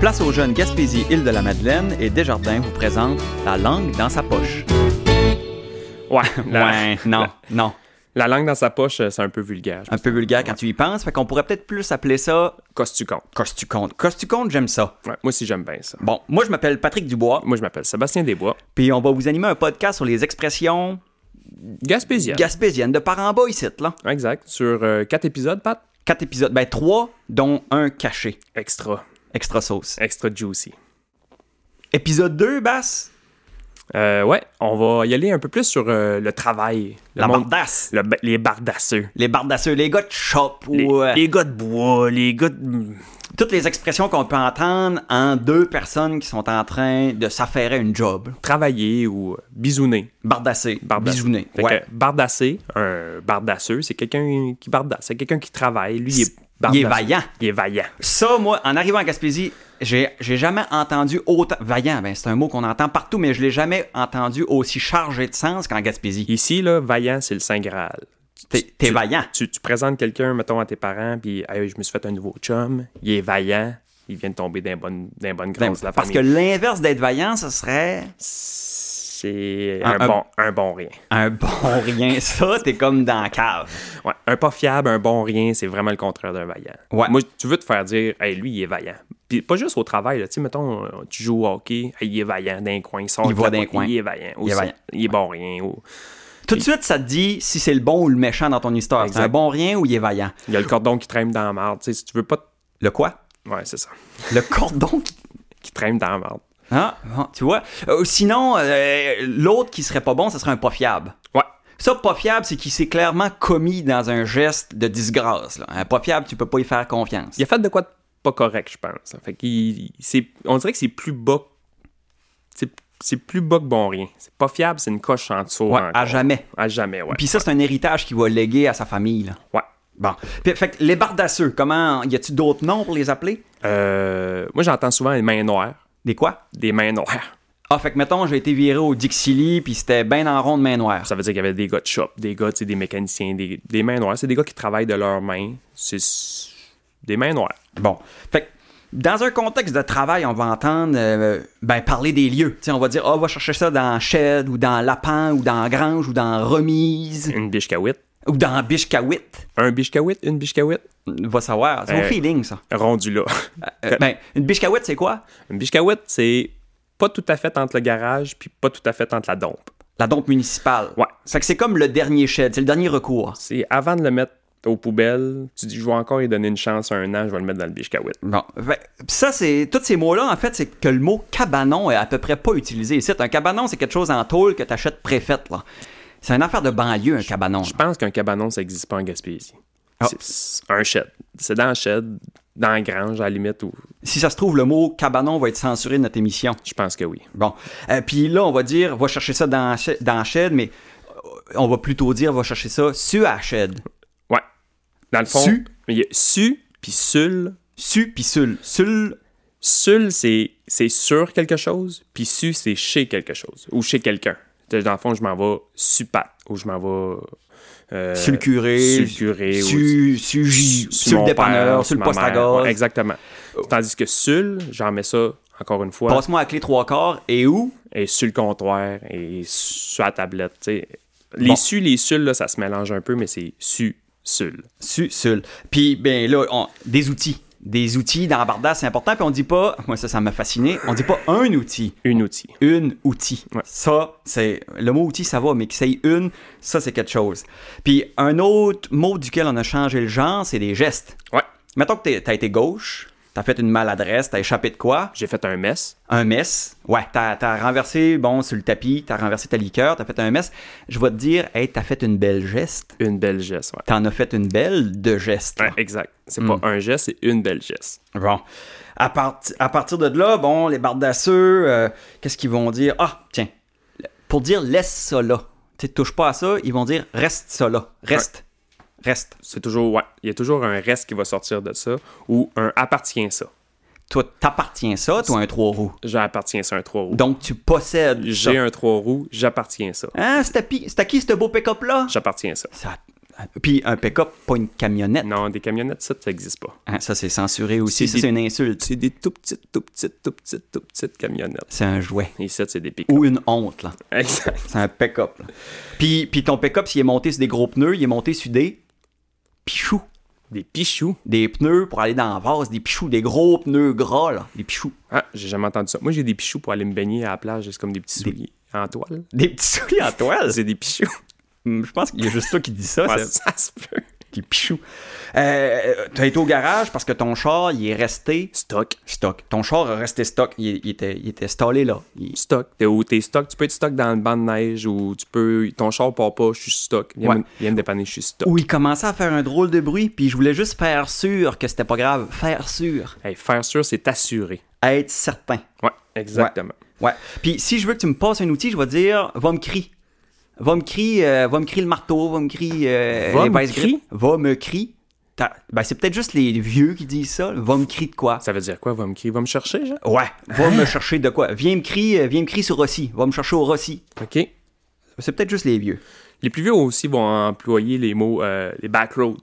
Place aux jeunes Gaspésie Île de la Madeleine et Desjardins vous présente La langue dans sa poche. Ouais, la, ouais, non, la- non. la langue dans sa poche, euh, c'est un peu vulgaire. Un peu vulgaire quand tu y penses, fait qu'on pourrait peut-être plus appeler ça Costu compte. costu compte. Costu compte, j'aime ça. Ouais, moi aussi, j'aime bien ça. Bon, moi je m'appelle Patrick Dubois, Moi, je m'appelle Sébastien Desbois, puis on va vous animer un podcast sur les expressions Gaspésien. gaspésiennes de par en bas ici, là. exact. Sur euh, quatre épisodes, Pat. Quatre épisodes, ben trois, dont un caché. Extra. Extra sauce. Extra juicy. Épisode 2, Basse. Euh, ouais, on va y aller un peu plus sur euh, le travail. Le La monde- bardasse. le ba- les bardasseux. Les bardasseux, les gars de shop ou Les, euh, les gars de bois, les gars de... mm, toutes les expressions qu'on peut entendre en deux personnes qui sont en train de s'affairer une job. Travailler ou euh, bisouner. Bardasser, Bardasser. bisouner. Fait ouais. que bardasser, un bardasseux, c'est quelqu'un qui bardasse. C'est quelqu'un qui travaille. Lui, il Il est est bardasseux. vaillant. Il est vaillant. Ça, moi, en arrivant à Gaspésie, j'ai j'ai jamais entendu autant. Vaillant, ben, c'est un mot qu'on entend partout, mais je l'ai jamais entendu aussi chargé de sens qu'en Gaspésie. Ici, là, vaillant, c'est le Saint Graal. Tu- T'es- T'es tu- vaillant. Tu, tu présentes quelqu'un, mettons, à tes parents, puis Hey, je me suis fait un nouveau chum, il est vaillant, il vient de tomber d'un bon, d'un bonne grâce de la Ben, Parce que famille. l'inverse d'être vaillant, ce serait c'est Un- un, un- bon, un bon rien. un bon rien. Ça, t'es comme dans la cave. Ouais, un pas fiable, un bon rien, c'est vraiment le contraire d'un vaillant. Ouais. Moi, tu veux te faire dire, hey, lui, il est vaillant. Puis pas juste au travail, là. tu sais, mettons, euh, tu joues au hockey, Hey, il est vaillant d'un coin, il sort Il de va la d'un boîte, coin. Il est vaillant. Il est Aussi, vaillant. Il est bon rien. ou- Tout de suite, ça te dit si c'est le bon ou le méchant dans ton histoire. C'est Exact. un bon rien ou il est vaillant. Il y a le cordon qui traîne dans la marde. Tu sais, si tu veux pas. te- Le quoi? Ouais, c'est ça. Le cordon qui Qui traîne dans la marde. Ah, bon, tu vois. Euh, sinon, euh, l'autre qui serait pas bon, ça serait un pas fiable. Ouais. Ça, pas fiable, c'est qu'il s'est clairement commis dans un geste de disgrâce. là. Un pas fiable, tu peux pas y faire confiance. Il a fait de quoi de pas correct, je pense. Fait qu'il, c'est, on dirait que c'est plus bas. C'est, c'est plus bas que bon rien. C'est pas fiable, c'est une coche en dessous. Ouais, encore. à jamais. À jamais, ouais. Puis ça, c'est un héritage qu'il va léguer à sa famille. là. Ouais. Bon. Puis, fait que les bardasseux, comment. Y a-tu d'autres noms pour les appeler Euh, moi, j'entends souvent les mains noires. Des quoi Des mains noires. Ah, fait que mettons, j'ai été viré au Dixili, puis c'était ben en rond de main noire. Ça veut dire qu'il y avait des gars de shop, des gars, tu sais, des mécaniciens, des, des mains noires. C'est des gars qui travaillent de leurs mains. C'est s- des mains noires. Bon. Fait que, dans un contexte de travail, on va entendre euh, ben, parler des lieux. Tu sais, on va dire, Ah, on va chercher ça dans shed ou dans lapin ou dans grange ou dans remise Une biche kawit. ou dans bishkawit. Un biche kawit, une biche kawit. On va savoir. C'est au Euh, feeling, ça. Rendu là. Euh, ben, une bishkawit, c'est quoi? une biche kawit, c'est pas tout à fait entre le garage, puis pas tout à fait entre la dompe. La dompe municipale. Ouais. Fait que c'est comme le dernier shed, c'est le dernier recours. C'est avant de le mettre aux poubelles, tu dis, je vais encore y donner une chance à un an, je vais le mettre dans le bishkawit. Bon. Fait- pis ça, c'est. Tous ces mots-là, en fait, c'est que le mot cabanon est à peu près pas utilisé ici. Un cabanon, c'est quelque chose en tôle que t'achètes préfète, là. C'est une affaire de banlieue, un cabanon. Je pense qu'un cabanon, ça n'existe pas en Gaspésie. Ah. C'est- C'est un shed. C'est dans le shed, dans la grange, à la limite, ou Si ça se trouve, le mot cabanon va être censuré de notre émission. je pense que oui. Bon. Euh, Puis là, on va dire, va chercher ça dans, Ch- dans Shed, mais euh, on va plutôt dire, va chercher ça sur la Shed. Ouais. Dans le fond, Su. il y a su, puis sul. Su puis sul. Sul, Sul, c'est c'est sur quelque chose, puis su, c'est chez quelque chose, ou chez quelqu'un. Dans le fond, je m'en vais su pat, ou je m'en vais. euh, sur le curé. Sur le curé, ou- Su, su, J- J- sur mon le dépanneur, père, sur le ma poste à mère. gaz. Ouais, exactement. Tandis que sul, j'en mets ça encore une fois, Passe-moi la clé trois quarts et où? et sur le comptoir et sur la tablette. tu sais. Les Bon. su, les sul, là, ça se mélange un peu, mais c'est su, sul. Su, sul. Puis, ben là, on- des outils. Des outils dans Barda, c'est important. Puis on dit pas, moi ça, ça m'a fasciné, on dit pas un outil. Une outil. une outil. Ouais. Ça, c'est le mot outil, ça va, mais qu'il s'aille une, ça c'est quelque chose. Puis un autre mot duquel on a changé le genre, c'est les gestes. Ouais. Mettons que t'es- t'as été gauche, t'as fait une maladresse, t'as échappé de quoi J'ai fait un mess. Un mess. Ouais, t'as t'as renversé, bon, sur le tapis, t'as renversé ta liqueur, t'as fait un mess. Je vais te dire, hey, t'as fait une belle geste. Une belle geste, ouais. T'en as fait une belle de geste. Ouais, exact. C'est Hmm. pas un geste, c'est une belle geste. Bon. À, part- à partir de là, bon, les bardasseux, euh, qu'est-ce qu'ils vont dire? Ah, tiens, pour dire laisse ça là, tu sais, touche pas à ça, ils vont dire reste ça là, reste, reste. C'est toujours, ouais. Il y a toujours un reste qui va sortir de ça, ou un appartient ça. Toi, t'appartiens ça, toi, un trois roues. J'appartiens ça, un trois roues. Donc, tu possèdes ça. J'ai un trois roues, j'appartiens ça. Hein, c'est à, pi- c'est à qui ce beau pick-up là? J'appartiens ça. Ça- euh, Puis un pick-up, pas une camionnette. Non, des camionnettes, ça, ça n'existe pas. Hein, ça, c'est censuré aussi. C'est Ça, des- c'est une insulte. C'est des tout petites, tout petites, tout petites, tout petites camionnettes. C'est un jouet. Et ça, c'est des pick Ou une honte, là. Exact. C'est un pick-up. là. Puis, puis ton pick-up, s'il est monté sur des gros pneus, il est monté sur des pichous. Des pichous. Des pneus pour aller dans la vase, des pichous, des gros pneus gras, là. Des pichous. Ah, j'ai jamais entendu ça. Moi, j'ai des pichous pour aller me baigner à la plage. C'est comme des petits souliers en toile. Des petits souliers en toile. C'est des pichous. Hum, Je pense qu'il y a juste toi qui dis ça. Ah, c'est- ça se peut. Des pichous. Euh, T'as été au garage parce que ton char, il est resté Stock. stock. Ton char a resté stock. Il, il était, il était stallé, là. Il- Stock. T'es où? T'es stock. Tu peux être stock dans le banc de neige ou tu peux. Ton char part pas. Je suis stock. Viens, Ouais. me, viens me dépanner. Je suis stock. Où il commençait à faire un drôle de bruit, puis je voulais juste faire sûr que c'était pas grave. Faire sûr. Hey, faire sûr, c'est assuré. Être certain. Ouais, exactement. Ouais. Puis si je veux que tu me passes un outil, je vais dire va me crier. Va me crier, euh, va me crier le marteau, va me crier euh, Va les me pinces crier? grises. Va me crier. T'as- Ben, c'est peut-être juste les vieux qui disent ça. Va me crier de quoi Ça veut dire quoi? Va me crier, va me chercher, genre? Ouais, va me chercher de quoi Viens me crier, euh, viens me crier sur Rossi. Va me chercher au Rossi. OK. C'est peut-être juste les vieux. Les plus vieux aussi vont employer les mots euh, les backroads.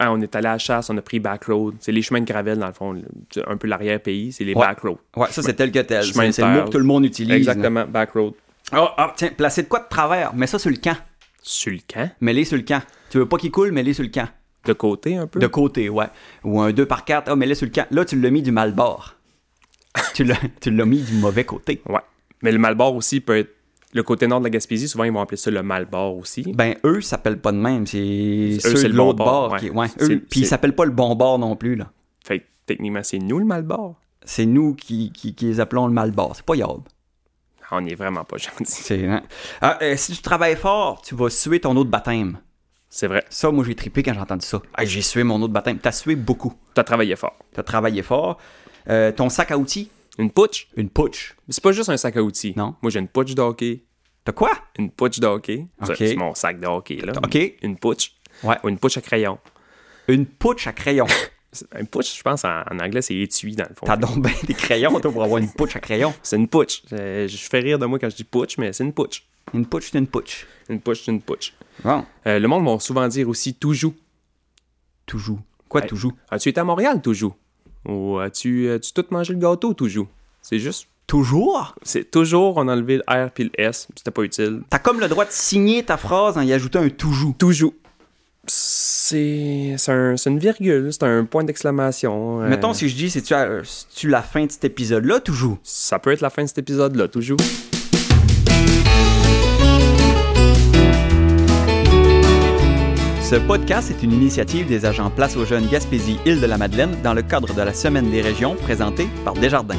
Hein, on est allé à la chasse, on a pris backroad. C'est les chemins de gravel, dans le fond, le- un peu l'arrière-pays, c'est les Ouais. backroads. Ouais, ça c'est tel que tel. Chemin C'est de c'est le terre. mot que tout le monde utilise. Exactement, backroad. là. Ah, ah, tiens, placer de quoi de travers Mets ça sur le camp. Sur le camp, Mets-les sur le camp. Tu veux pas qu'il coule, mets-les sur le camp. de côté un peu. De côté, ouais. Ou un 2 par 4 ah, mets-le sur le camp. Là, tu l'as mis du mal bord. tu l'as tu l'as mis du mauvais côté. Ouais. Mais le Malbord aussi peut être. Le côté nord de la Gaspésie, souvent, ils vont appeler ça le Malbord aussi. Ben, eux, s'appellent pas de même. C'est Eux, ceux c'est de le bon l'autre bord, bord. ouais. qui- ouais, C'est- eux, Puis ils c'est- s'appellent pas le bon bord non plus, là. Fait que techniquement, c'est nous le Malbord. C'est nous qui, qui, qui les appelons le mal bord. C'est pas Yob. On n'est vraiment pas gentil. C'est. hein. Ah, euh, si tu travailles fort, tu vas suer ton autre baptême. C'est vrai. Ça, moi, j'ai trippé quand j'ai entendu ça. Ah, j'ai sué mon autre baptême. T'as sué beaucoup. T'as travaillé fort. T'as travaillé fort. Euh, ton sac à outils, Une putsch, une pouche. c'est pas juste un sac à outils. Non. Moi, j'ai une putsch de hockey. T'as quoi? Une putsch de hockey. OK. C'est mon sac de hockey, là. OK. Une putsch. Ouais. Ou une putsch à crayon. Une pouche à crayon. C'est- Un putsch, je pense, en, en anglais, c'est étui, dans le fond. T'as donc bien des crayons, toi, pour avoir une pouche à crayon. C'est une putsch. Euh, je fais rire de moi quand je dis putsch, mais c'est une putsch. Une pouche, c'est une pouche. Une putsch, c'est une putsch. Bon. Euh, le monde va souvent dire aussi toujours. Toujours. Quoi, Hey. toujours? As-tu été à Montréal, toujours? Ou as-tu as-tu tout mangé le gâteau, toujours? C'est juste. Toujours? C'est toujours, on a enlevé le R puis le S. C'était pas utile. T'as comme le droit de signer ta phrase en y ajoutant un toujours. Toujours. C'est c'est un- c'est une virgule, c'est un point d'exclamation. euh, Mettons, si je dis, c'est-tu à- c'est-tu la fin de cet épisode-là, toujours? Ça peut être la fin de cet épisode-là, toujours. Ce podcast est une initiative des agents Place aux Jeunes Gaspésie Île-de-la-Madeleine dans le cadre de la Semaine des Régions présentée par Desjardins.